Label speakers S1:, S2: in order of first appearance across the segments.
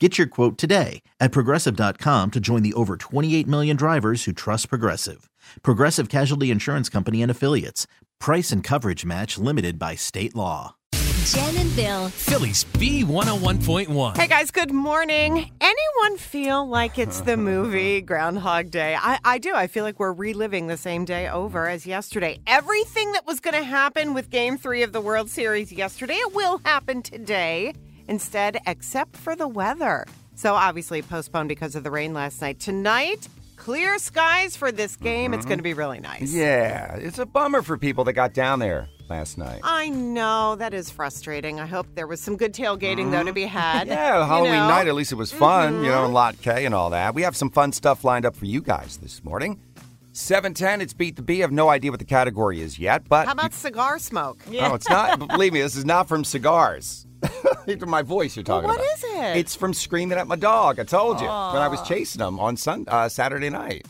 S1: Get your quote today at progressive.com to join the over 28 million drivers who trust Progressive. Progressive Casualty Insurance Company and Affiliates. Price and coverage match limited by state law.
S2: Jen and Bill.
S3: Phillies B101.1.
S4: Hey guys, good morning. Anyone feel like it's the movie Groundhog Day? I, I do. I feel like we're reliving the same day over as yesterday. Everything that was going to happen with Game 3 of the World Series yesterday, it will happen today instead, except for the weather. So obviously postponed because of the rain last night. Tonight, clear skies for this game. It's going to be really nice.
S5: Mm-hmm. Yeah, it's a bummer for people that got down there last night.
S4: I know that is frustrating. I hope there was some good tailgating though to be had.
S5: Mm-hmm. Yeah,
S4: You
S5: Halloween
S4: know? Mm-hmm.
S5: night, at least it was fun, you know, and Lot K and all that. We have some fun stuff lined up for you guys this morning. 710, it's Beat the Bee. I have no idea what the category is yet, but.
S4: How about cigar smoke?
S5: No, it's not. believe me, this is not from cigars. It's from my voice you're talking
S4: What
S5: about.
S4: is it?
S5: It's from screaming at my dog. I told you when I was chasing him on Sun uh, Saturday night.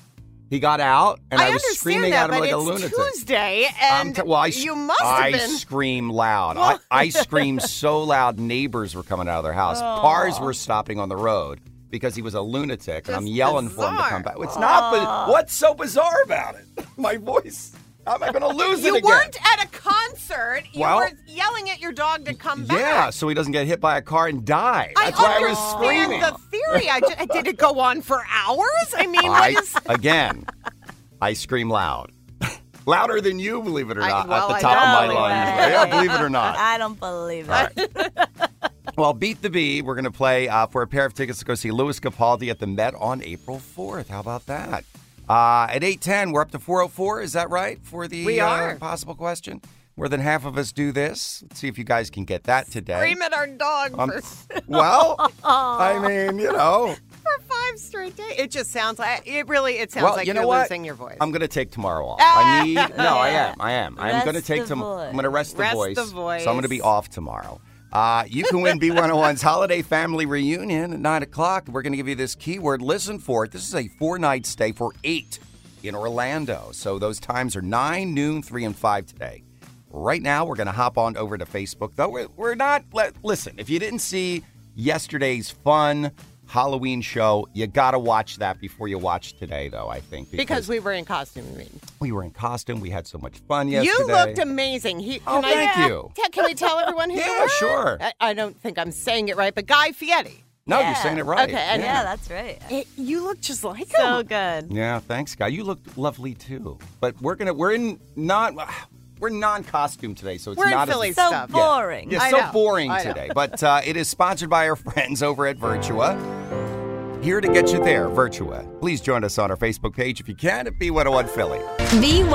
S5: He got out, and I, was
S4: understand
S5: screaming
S4: that,
S5: at him
S4: but
S5: like
S4: it's
S5: a lunatic.
S4: Tuesday,
S5: I'm
S4: and
S5: t- well, I, sc-
S4: you must
S5: I
S4: have been.
S5: scream loud. I, I screamed so loud, neighbors were coming out of their house. Cars were stopping on the road because he was a lunatic, and I'm
S4: Just
S5: yelling for him to
S4: bizarre.
S5: come back. It's not. But what's so bizarre about it? My voice. How am I going to lose
S4: you
S5: it again?
S4: weren't at a concert. You
S5: Well-
S4: were yelling at your dog to come back.
S5: yeah, so he doesn't get hit by a car and die.
S4: I
S5: That's why I was
S4: understand
S5: screaming.
S4: the theory. I ju- did it go on for hours? I mean, what
S5: I,
S4: is?
S5: again, I scream loud. Louder than you, believe it or
S4: I-
S5: not,
S4: well,
S5: at
S4: I
S5: the top of my
S4: don't
S5: lungs.
S4: believe it.
S5: Yeah, believe it or not.
S2: I don't believe it.
S5: Oh, Well, Beat the Bee, we're going to play uh, for a pair of tickets to go see Louis Capaldi at the Met on April 4th. How about that? Uh, at 8.10, we're up to 404. Is that right for the
S4: We are.
S5: Uh, possible question? More than half of us do this. Let's see if you guys can get that today.
S4: Scream at our dog
S5: Um,
S4: for,
S5: well, I mean, you know.
S4: for five straight days. It just sounds like it really. It sounds
S5: well,
S4: like
S5: you know
S4: are
S5: what?
S4: losing your voice.
S5: I'm going to take tomorrow off. I need. No, I am. I am. I'm
S2: Rest
S5: going to take
S2: the
S5: tomorrow.
S2: voice.
S5: I'm going to rest,
S4: Rest
S5: the voice.
S4: the voice.
S5: So I'm going to be off tomorrow. Uh, you can win B101's holiday family reunion at 9 o'clock. We're going to give you this keyword. Listen for it. This is a four night stay for eight in Orlando. So those times are 9, noon, 3, and 5 today. Right now, we're going to hop on over to Facebook, though. We're, we're not. Let, listen, if you didn't see yesterday's fun Halloween show, you got to watch that before you watch today, though, I think.
S4: because we were in costume. I mean.
S5: We were in costume. We had so much fun yesterday.
S4: You looked amazing. He,
S5: Oh,
S4: can I-
S5: thank you.
S4: Te- Can we tell everyone who you
S5: Yeah,
S4: were?
S5: sure.
S4: I, I don't think I'm saying it right, but Guy Fieri.
S5: No,
S2: Yeah.
S5: you're saying it right.
S4: Okay, and-
S2: Yeah, that's right.
S4: It, you look just like
S2: So
S4: him.
S2: good.
S5: Yeah, thanks, guy. You look lovely too. But we're gonna we're in non we're non-costume today, so it's
S4: We're in
S5: not
S4: Philly
S5: as
S2: So
S4: Stuff.
S2: boring.
S5: Yeah,
S4: I
S5: so
S4: know.
S5: boring
S4: I know.
S5: today. But uh, it is sponsored by our friends over at Virtua. Here to get you there, Virtua. Please join us on our Facebook page if you can at B101 Philly.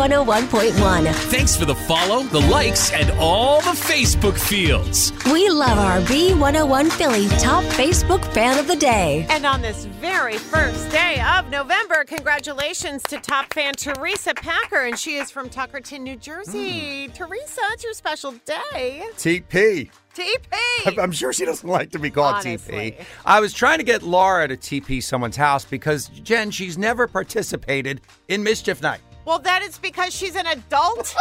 S2: B101.1.
S3: Thanks for the follow, the likes, and all the Facebook fields.
S2: We love our B101 Philly top Facebook fan of the day.
S4: And on this very first day of November, congratulations to top fan Teresa Packer, and she is from Tuckerton, New Jersey. Teresa, it's your special day.
S5: TP.
S4: TP.
S5: I'm sure she doesn't like to be called
S4: Honestly.
S5: TP. I was trying to get Laura to TP someone's house because Jen, she's never participated in Mischief Night.
S4: Well, that is because she's an adult.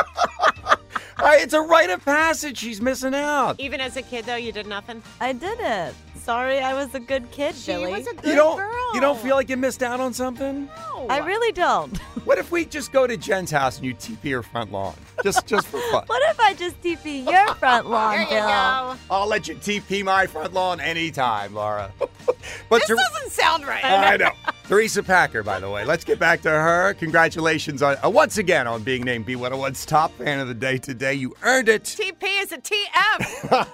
S5: Uh, it's a rite of passage. She's missing out.
S4: Even as a kid, though, you did nothing.
S2: I did it. Sorry, I was a good kid, Billy.
S4: She was a good
S5: You don't.
S4: girl.
S5: You don't feel like you missed out on something.
S4: No.
S2: I really don't.
S5: What if we just go to Jen's house and you TP her front lawn? just just for fun.
S6: What if I just TP your front lawn,
S4: There you
S6: Bill?
S4: go.
S5: I'll let you TP my front lawn anytime, Laura. but
S4: This doesn't sound right.
S5: I know. Theresa Packer, by the way. Let's get back to her. Congratulations on uh, once again on being named B101's top fan of the day today. You earned it.
S4: TP is a TF.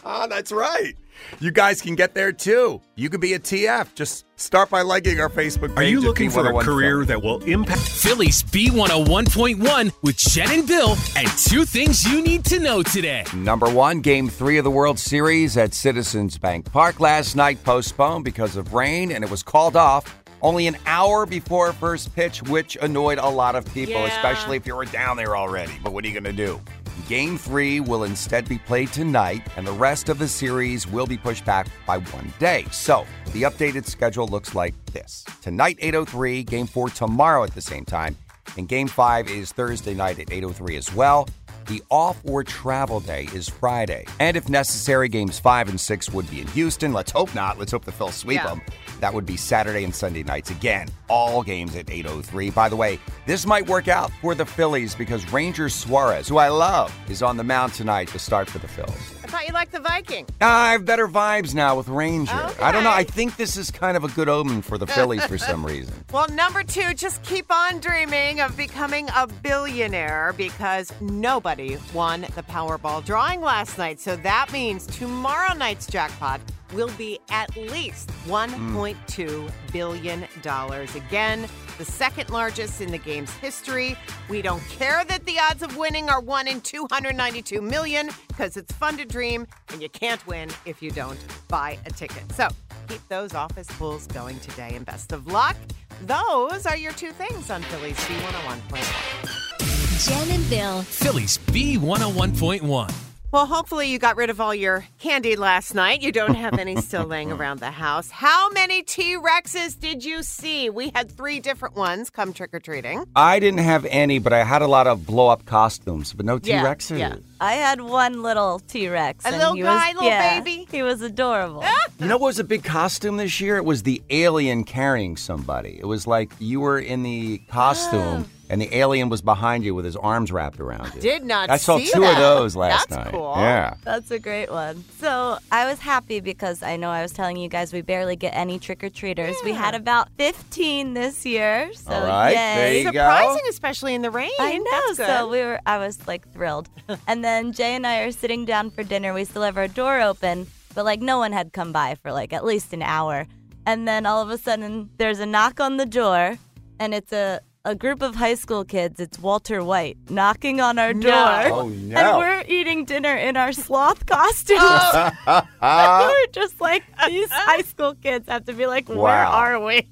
S5: That's right. You guys can get there too. You could be a TF. Just start by liking our Facebook
S7: Are
S5: page.
S7: you
S5: at
S7: looking for a
S5: B101
S7: career
S5: Philly.
S7: that will impact?
S3: Phillies B101.1 with Jen and Bill and two things you need to know today.
S5: Number one, game three of the World Series at Citizens Bank Park last night postponed because of rain, and it was called off only an hour before first pitch, which annoyed a lot of people,
S4: Yeah.
S5: especially if you were down there already. But what are you going to do? Game three will instead be played tonight, and the rest of the series will be pushed back by one day. So the updated schedule looks like this: tonight 8:03, game four tomorrow at the same time, and game five is Thursday night at 8:03 as well. The off or travel day is Friday. And if necessary, games five and six would be in Houston. Let's hope not. Let's hope the Phil sweep
S4: Yeah.
S5: them. That would be Saturday and Sunday nights again. All games at 8:03. By the way, this might work out for the Phillies because Ranger Suarez, who I love, is on the mound tonight to start for the Phillies. Ah,
S4: I thought you liked the Viking.
S5: I have better vibes now with Ranger. I don't know.
S4: Okay.
S5: I think this is kind of a good omen for the Phillies for some reason.
S4: Well, number two, just keep on dreaming of becoming a billionaire because nobody won the Powerball drawing last night. So that means tomorrow night's jackpot will be at least $1.2 billion dollars. again. The second largest in the game's history. We don't care that the odds of winning are 1 in 292 million because it's fun to dream and you can't win if you don't buy a ticket. So keep those office pools going today and best of luck. Those are your two things on Phillies B101.1.
S2: Jen and Bill.
S3: Phillies B101.1.
S4: Well, hopefully you got rid of all your candy last night. You don't have any still laying around the house. How many T Rexes did you see? We had three different ones come trick or treating.
S5: I didn't have any, but I had a lot of blow up costumes, but no T
S4: Yeah,
S5: Rexes.
S4: yeah.
S6: I had one little T Rex.
S4: A little
S6: he
S4: guy,
S6: was,
S4: little
S6: yeah,
S4: baby?
S6: He was adorable.
S5: You know what was a big costume this year? It was the alien carrying somebody. It was like you were in the costume and the alien was behind you with his arms wrapped around you.
S4: Did not
S5: I saw
S4: see
S5: two
S4: that.
S5: of those last
S4: That's
S5: night.
S4: cool.
S5: Yeah.
S6: That's a great one. So I was happy because I know I was telling you guys we barely get any trick or treaters. We had about 15 this year. So
S5: All right, there
S6: yay.
S5: you go.
S4: Surprising, especially in the rain.
S6: I know.
S4: That's good.
S6: So we were. I was like thrilled. and then Jay and I are sitting down for dinner. We still have our door open, but like no one had come by for like at least an hour. And then all of a sudden, there's a knock on the door, and it's a a group of high school kids. It's Walter White knocking on our door.
S5: Oh,
S6: And
S5: no.
S6: we're eating dinner in our sloth costumes. Oh. we're just like these high school kids have to be like, where
S5: Wow.
S6: are we?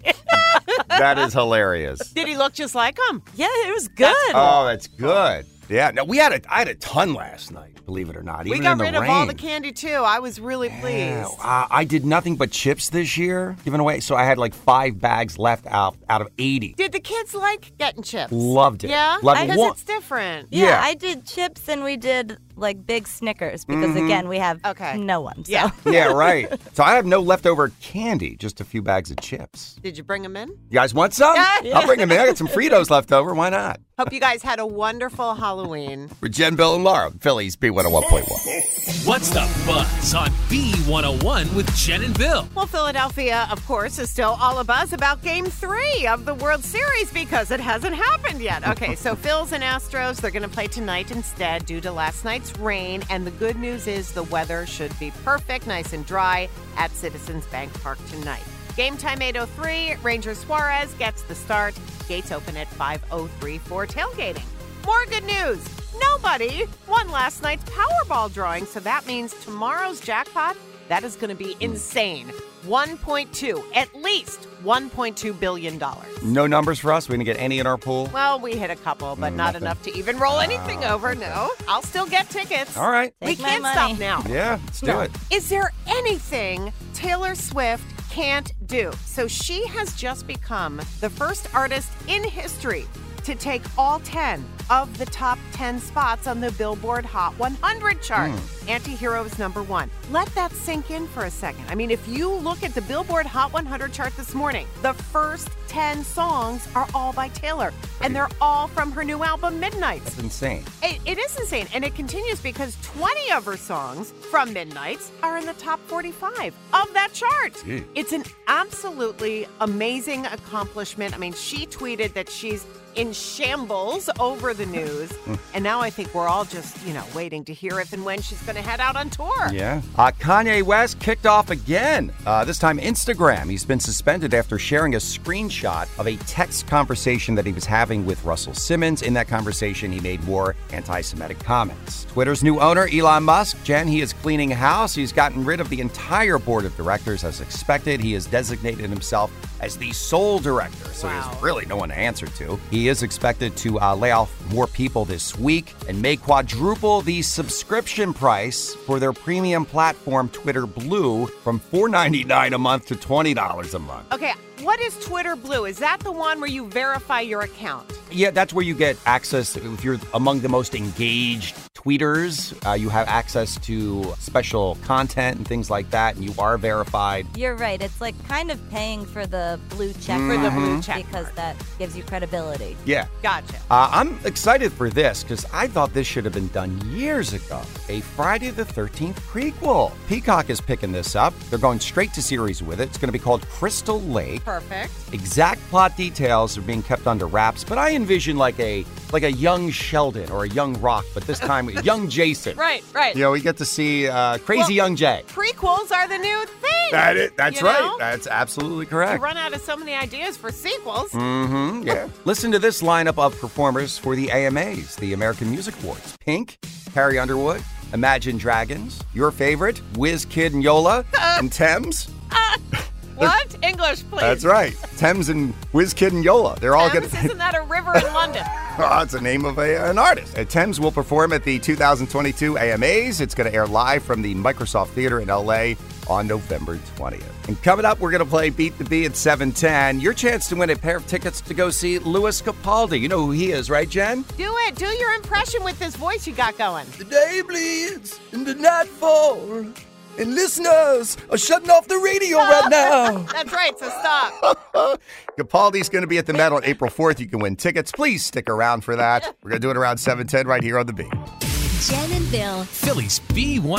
S5: That is hilarious.
S4: Did he look just like him?
S6: yeah, it was good.
S5: Oh, that's good. Yeah. No, we had a I had a ton last night, believe it or not. Even
S4: we got
S5: in the
S4: rid
S5: rain.
S4: of all the candy too. I was really pleased.
S5: Uh, I did nothing but chips this year, given away. So I had like five bags left out out of eighty.
S4: Did the kids like getting chips?
S5: Loved it.
S4: Yeah,
S5: Loved it.
S4: because
S5: One-
S4: it's different.
S6: Yeah,
S5: Yeah.
S6: I did chips and we did like big Snickers because
S5: Mm-hmm.
S6: again we have
S4: Okay.
S6: no one. So.
S4: Yeah.
S5: yeah, right. So I have no leftover candy, just a few bags of chips.
S4: Did you bring them in?
S5: You guys want some?
S4: Yeah.
S5: I'll bring them in. I got some Fritos left over. Why not?
S4: Hope you guys had a wonderful Halloween.
S5: For Jen, Bill, and Laura, Phillies B101.1.
S3: What's the buzz on B101 with Jen and Bill?
S4: Well, Philadelphia, of course, is still all abuzz about game three of the World Series because it hasn't happened yet. Okay, so Phil's and Astros, they're going to play tonight instead due to last night's rain. And the good news is the weather should be perfect, nice and dry at Citizens Bank Park tonight. Game time 8.03, Ranger Suarez gets the start. Gates open at 5.03 for tailgating. More good news. Nobody won last night's Powerball drawing, so that means tomorrow's jackpot, that is going to be insane. 1.2, at least 1.2 billion dollars.
S5: No numbers for us. We didn't get any in our pool.
S4: Well, we hit a couple,
S5: Mm,
S4: but not enough to even roll anything over. No, I'll still get tickets.
S5: All right.
S4: We
S6: Take my
S4: can't
S6: money.
S4: stop now.
S5: Yeah, let's do it.
S4: Is there anything Taylor Swift can't do? So she has just become the first artist in history to take all 10 of the top 10 spots on the Billboard Hot 100 chart. Antihero is number one. Let that sink in for a second. I mean, if you look at the Billboard Hot 100 chart this morning, the first 10 songs are all by Taylor, and they're all from her new album, Midnights.
S5: It's insane.
S4: It, it is insane, and it continues because 20 of her songs from Midnight's are in the top 45 of that chart.
S5: Gee.
S4: It's an absolutely amazing accomplishment. I mean, she tweeted that she's in shambles over the news, and now I think we're all just, you know, waiting to hear if and when she's going to head out on tour.
S5: Yeah. Uh, Kanye West kicked off again, uh, this time Instagram. He's been suspended after sharing a screenshot of a text conversation that he was having with Russell Simmons. In that conversation, he made more anti Semitic comments. Twitter's new owner, Elon Musk, Jen, he is cleaning house. He's gotten rid of the entire board of directors as expected. He has designated himself as the sole director, so he has really no one to answer to. He is expected to uh, lay off more people this week and may quadruple the subscription price for their premium platform Twitter Blue from $4.99 a month to $20 a month.
S4: Okay, what is Twitter Blue? Is that the one where you verify your account?
S5: Yeah, that's where you get access. If you're among the most engaged tweeters, uh, you have access to special content and things like that, and you are verified.
S6: You're right. It's like kind of paying for the blue check
S4: For the
S6: mark
S4: blue check
S6: because
S4: mark.
S6: that gives you credibility.
S5: Yeah.
S4: Gotcha.
S5: Uh, I'm excited for this because I thought this should have been done years ago. A Friday the 13th prequel. Peacock is picking this up. They're going straight to series with it. It's going to be called Crystal Lake.
S4: Perfect.
S5: Exact plot details are being kept under wraps, but I envision like a like a young Sheldon or a young Rock, but this time young Jason.
S4: Right, right.
S5: You know, we get to see uh, crazy
S4: Well-
S5: young Jay.
S4: Prequels are the new thing.
S5: That is, that's
S4: You know?
S5: right. That's absolutely correct.
S4: You run out of so many ideas for sequels.
S5: Mm-hmm, yeah. Listen to this lineup of performers for the AMAs, the American Music Awards. Pink, Carrie Underwood, Imagine Dragons, your favorite, Wiz Kid and Yola, and Thames.
S4: What? English, please.
S5: That's right. Thames and Wiz Kid and Yola. They're all
S4: Thames,
S5: gonna
S4: isn't that a river in London?
S5: Oh, it's the name of a, an artist. Uh, Thames will perform at the 2022 AMAs. It's going to air live from the Microsoft Theater in LA on November 20th. And coming up, we're going to play Beat the Bee at 7:10. Your chance to win a pair of tickets to go see Louis Capaldi. You know who he is, right, Jen?
S4: Do it. Do your impression with this voice you got going.
S5: The day bleeds into nightfall, and listeners are shutting off the radio right now.
S4: That's right, so stop.
S5: Capaldi's going to be at the Met on April 4th. You can win tickets. Please stick around for that. We're going to do it around 7:10 right here on the Bee.
S2: Jen and Bill.
S3: Phillies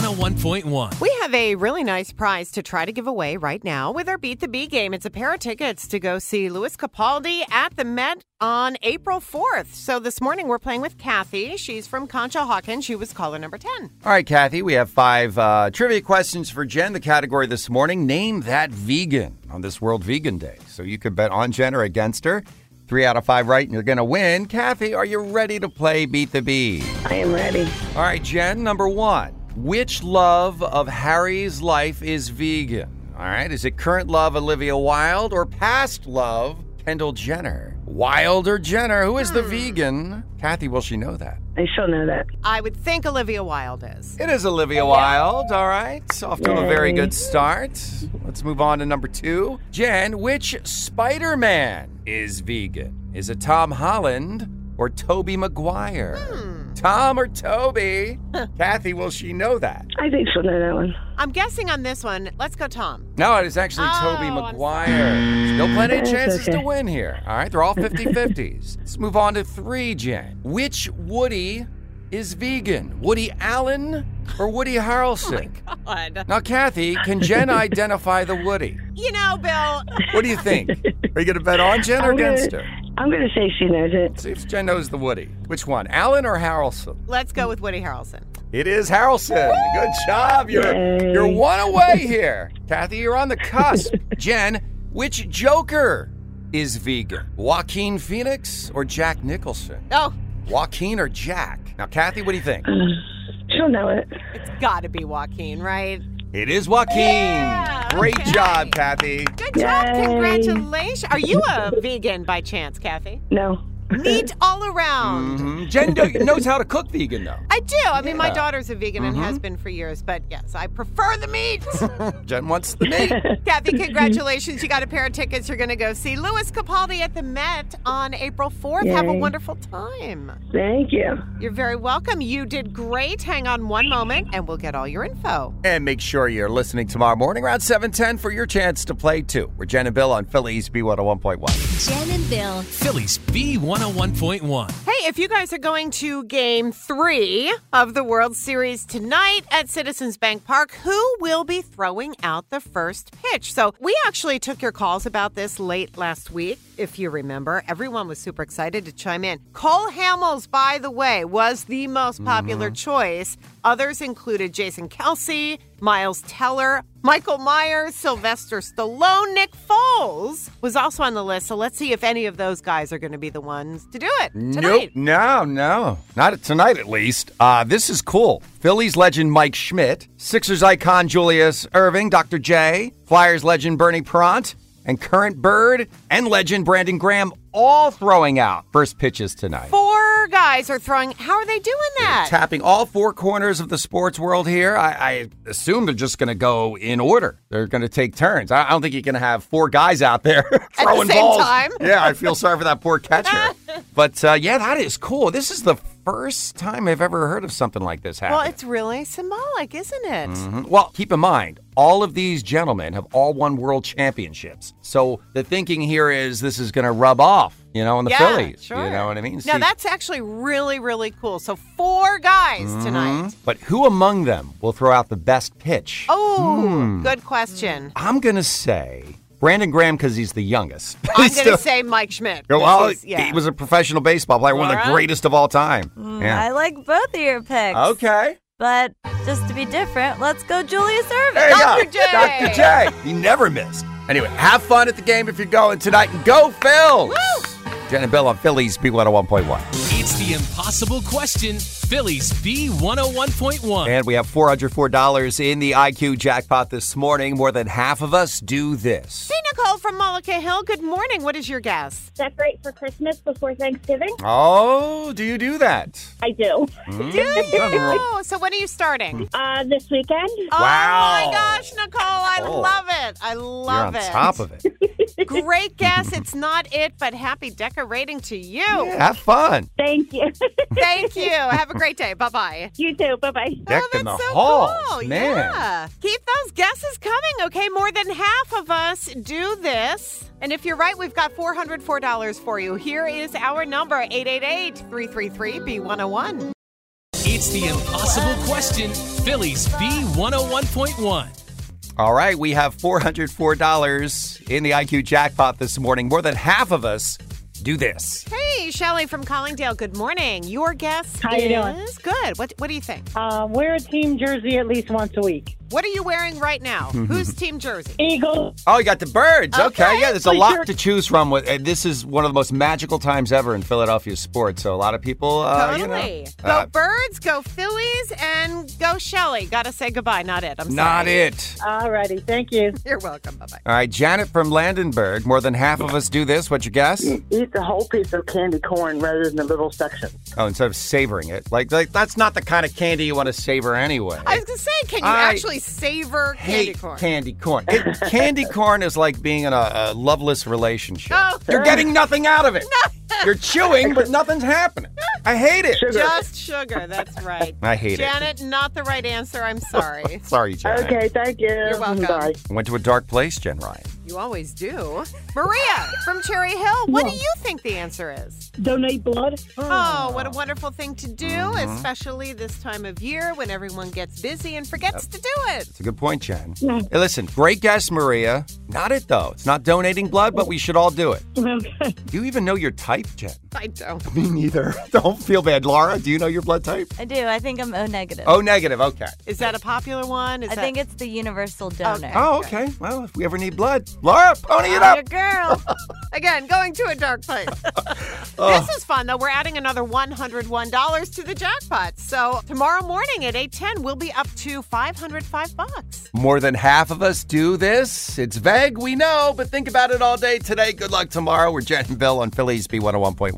S3: B101.1.
S4: We have a really nice prize to try to give away right now with our Beat the Bee game. It's a pair of tickets to go see Louis Capaldi at the Met on April 4th. So this morning we're playing with Kathy. She's from Conshohocken. She was caller number 10.
S5: All right, Kathy, we have five uh, trivia questions for Jen. The category this morning name that vegan on this World Vegan Day. So you could bet on Jen or against her. Three out of five right, and you're going to win. Kathy, are you ready to play Beat the Bee?
S7: I am ready.
S5: All right, Jen, number one. Which love of Harry's life is vegan? All right, is it current love, Olivia Wilde, or past love, Kendall Jenner? Wilde or Jenner? Who is the
S7: Hmm.
S5: vegan? Kathy, will she know that?
S7: I shall know that.
S4: I would think Olivia Wilde is.
S5: It is Olivia Wilde, all right. Off to a very
S7: Yay.
S5: good start. Let's move on to number two. Jen, which Spider Man is vegan? Is it Tom Holland or Toby Maguire? Tom or Toby? Kathy, will she know that?
S7: I think she'll know that one.
S4: I'm guessing on this one, let's go Tom.
S5: No, it is actually Toby
S4: Oh, I'm
S5: Maguire. Still plenty of
S7: That's
S5: chances to
S7: okay.
S5: win here. All right, they're all 50 50s. Let's move on to three, Jen. Which Woody is vegan? Woody Allen or Woody Harrelson?
S4: God.
S5: Now, Kathy, can Jen identify the Woody?
S4: You know, Bill,
S5: What do you think? Are you going to bet on Jen or
S7: I'm gonna-
S5: against her?
S7: I'm going to say she knows it.
S5: See if Jen knows the Woody. Which one, Allen or Harrelson?
S4: let's go with Woody Harrelson.
S5: It is Harrelson. Good job. You're
S7: Yay.
S5: you're one away here, Kathy. You're on the cusp. Jen, which Joker is vegan? Joaquin Phoenix or Jack Nicholson?
S4: Oh,
S5: Joaquin or Jack? Now, Kathy, what do you think?
S7: Uh, She'll know it.
S4: it's got to be Joaquin, right?
S5: It is Joaquin.
S4: Yeah,
S5: Great
S4: okay.
S5: job, Kathy.
S4: Good job.
S7: Yay.
S4: Congratulations. Are you a vegan by chance, Kathy?
S7: No.
S4: meat all
S5: Mm-hmm.
S4: around.
S5: Hmm,
S8: Mhm. Jen do- knows how to cook vegan though.
S4: I do. I mean, my daughter's a vegan and has been for years, but yes, I prefer the meat.
S5: Jen wants the meat.
S4: Kathy, congratulations. You got a pair of tickets. You're going to go see Louis Capaldi at the Met on April 4th. Have a
S7: Yay.
S4: wonderful time.
S7: Thank you.
S4: You're very welcome. You did great. Hang on one moment and we'll get all your info.
S5: And make sure you're listening tomorrow morning around 7:10 for your chance to play too. We're Jen and Bill on Phillies B101.1.
S2: Jen and Bill.
S3: Phillies B101.1.
S4: Hey, if you guys are going to game three of the World Series tonight at Citizens Bank Park, who will be throwing out the first pitch? So, we actually took your calls about this late last week, if you remember. Everyone was super excited to chime in. Cole Hamels, by the way, was the most popular choice. Others included Jason Kelsey, Miles Teller, Michael Myers, Sylvester Stallone, Nick Foles was also on the list. So let's see if any of those guys are going to be the ones to do it tonight.
S5: Nope. No, no. Not tonight, at least. Uh, this is cool. Phillies legend Mike Schmidt, Sixers icon Julius Irving, Dr. J, Flyers legend Bernie Prant, and current Bird and legend Brandon Graham all throwing out first pitches tonight.
S4: Four guys are throwing. How are they doing that?
S5: Tapping all four corners of the sports world here. I, I assume they're just going to go in order. They're going to take turns. I, I don't think you can have four guys out there throwing
S4: same
S5: balls.
S4: time.
S5: Yeah, I feel sorry for that poor catcher. but uh, yeah, that is cool. This is the first time I've ever heard of something like this
S4: well,
S5: happening.
S4: it's really symbolic, isn't it?
S5: Mhm. Well, keep in mind, all of these gentlemen have all won world championships. So the thinking here is this is going to rub off, you know, on the
S4: yeah,
S5: Phillies.
S4: sure.
S5: You know what I mean?
S4: Now
S5: See-
S4: that's actually really, really cool. So four guys
S5: Mm-hmm.
S4: tonight.
S5: But who among them will throw out the best pitch?
S4: Oh,
S5: Hmm.
S4: good question.
S5: I'm gonna say Brandon Graham because he's the youngest.
S4: I'm going to say Mike Schmidt.
S5: well,
S4: This is- yeah. Mm,
S5: he was a professional baseball player, one of the
S4: Alright.
S5: greatest of all time.
S6: I like both of your picks.
S5: Okay.
S6: But just to be different, let's go Julius Irving.
S5: There you
S4: Dr.
S5: go.
S4: J.
S5: Dr. J. He never missed. Anyway, have fun at the game if you're going tonight. And go Phils. Jen and Bill on Phillies B101.1.
S3: It's the impossible question. Phillies B101.1.
S5: And we have $404 in the IQ jackpot this morning. More than half of us do this.
S4: Hey, Nicole from Malika Hill. Good morning. What is your guess?
S9: decorate for Christmas before Thanksgiving?
S5: Oh, do you do that? Mm.
S9: I do.
S4: Oh, so when are you starting?
S9: Uh, this weekend?
S4: Oh
S5: Wow.
S4: my gosh, Nicole, I
S5: Oh.
S4: love it. I
S5: You're
S4: love
S5: on
S4: it.
S5: top of it.
S4: Great guess. It's not it, but happy decorating to you.
S5: Have fun.
S9: Thank you.
S4: Thank you. Have a great day. Bye bye.
S9: you too. Bye bye.
S5: Decked
S4: oh,
S5: in the
S4: that's so
S5: halls,
S4: cool.
S5: man.
S4: Yeah. Keep those guesses coming, okay? More than half of us do this. And if you're right, we've got $404 for you. Here is our number 888 333 B101.
S3: It's the impossible question. Phillies B101.1.
S5: All right, we have $404 in the IQ jackpot this morning. More than half of us do this.
S4: Hey, Shelly from Collingdale. Good morning. Your guess
S10: How
S4: is
S10: you doing?
S4: good. What What do you think?
S10: Uh, wear a team jersey at least once a week.
S4: What are you wearing right now? Whose team jersey?
S10: Eagles.
S5: Oh, you got the birds. Okay,
S4: Okay.
S5: yeah, there's a
S10: Like
S5: lot
S10: you're-
S5: to choose from. With and This is one of the most magical times ever in Philadelphia sports. So a lot of people, uh, you know,
S4: Totally.
S5: uh,
S4: go Birds, go Phillies, and go Shelly. Gotta say goodbye. Not it. I'm
S5: not
S4: sorry.
S5: it.
S10: Alrighty, thank you.
S4: You're welcome. Bye bye.
S5: All right, Janet from Landenberg. More than half of us do this. What's your guess?
S4: Mm.
S7: Eat the whole piece of candy corn rather than the little section.
S5: Oh, instead of savoring it, like, like that's not the kind of candy you want to savor anyway.
S4: I was gonna say, can you
S5: I
S4: actually savor candy
S5: hate
S4: corn?
S5: candy corn. It- candy corn is like being in a, a loveless relationship.
S4: Oh.
S5: You're getting nothing out of it. You're chewing, but nothing's happening. I hate it.
S4: Just sugar. That's right.
S5: I hate
S4: Janet, not the right answer. I'm sorry.
S5: it. Sorry, Jen.
S7: Okay, thank you. You're
S4: welcome.
S7: Bye.
S5: Went to a dark place, Jen Ryan.
S4: you always do. Maria from Cherry Hill. What do you think the answer is?
S10: Donate blood.
S4: Oh, what a wonderful thing to do, especially this time of year when everyone gets busy and forgets to do it.
S5: It's a good point, Jen.
S4: Hmm.
S5: Hey, listen, great guess, Maria. Not it though. It's not donating blood, but we should all do it. Do you even know your type, Jen?
S4: I don't.
S5: Me neither. Don't feel bad, Laura. Do you know your blood type?
S6: I do. I think I'm O negative.
S5: Oh, negative. Okay.
S4: Is that a popular one? Is
S6: I
S4: that...
S6: think it's the universal donor.
S5: Oh, okay. Well, if we
S4: Oh,
S5: ever need blood, Laura, pony it
S6: Your
S5: up.
S6: girl.
S4: Again, going to a dark place. This is fun, though. We're adding another $101 to the jackpot. So tomorrow morning at 810, we'll be up to 505 bucks.
S5: More than half of us do this. It's vague, we know, but think about it all day today. Good luck tomorrow. We're Jen and Bill on Phillies B101.1.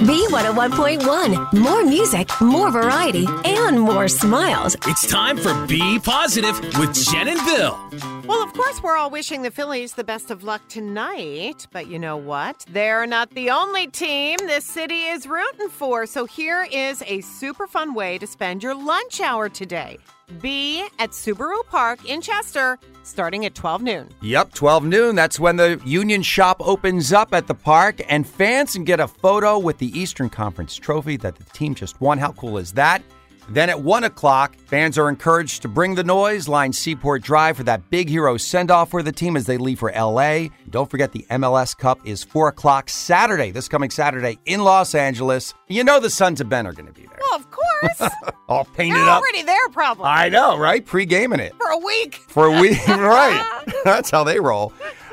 S2: B101.1. More music, more variety, and more smiles.
S3: It's time for Be Positive with Jen and Bill.
S4: Well, of course, we're all wishing the Phillies the best of luck tonight, but you know what? They're not the only team this city is rooting for. So here is a super fun way to spend your lunch hour today. Be at Subaru Park in Chester starting at 12 noon.
S5: Yep, 12 noon. That's when the Union Shop opens up at the park, and fans can get a photo with the Eastern Conference trophy that the team just won. How cool is that? Then at 1 o'clock, fans are encouraged to bring the noise, line Seaport Drive for that big hero send off for the team as they leave for LA. Don't forget the MLS Cup is 4 o'clock Saturday, this coming Saturday in Los Angeles. You know the Sons of Ben are going to be there.
S4: Well, of course.
S5: All painted
S4: You're
S5: up.
S4: already there, probably.
S5: I know, right? Pre gaming it
S4: For a week.
S5: for a week. right. That's how they roll.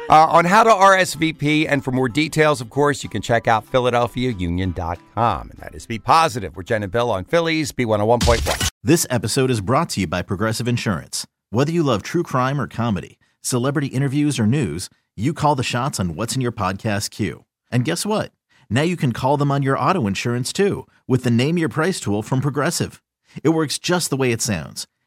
S5: Uh, on how to RSVP. And for more details, of course, you can check out PhiladelphiaUnion.com. And that is Be Positive. We're Jen and Bill on Phillies, B101.1.
S1: This episode is brought to you by Progressive Insurance. Whether you love true crime or comedy, celebrity interviews or news, you call the shots on what's in your podcast queue. And guess what? Now you can call them on your auto insurance too with the Name Your Price tool from Progressive. It works just the way it sounds.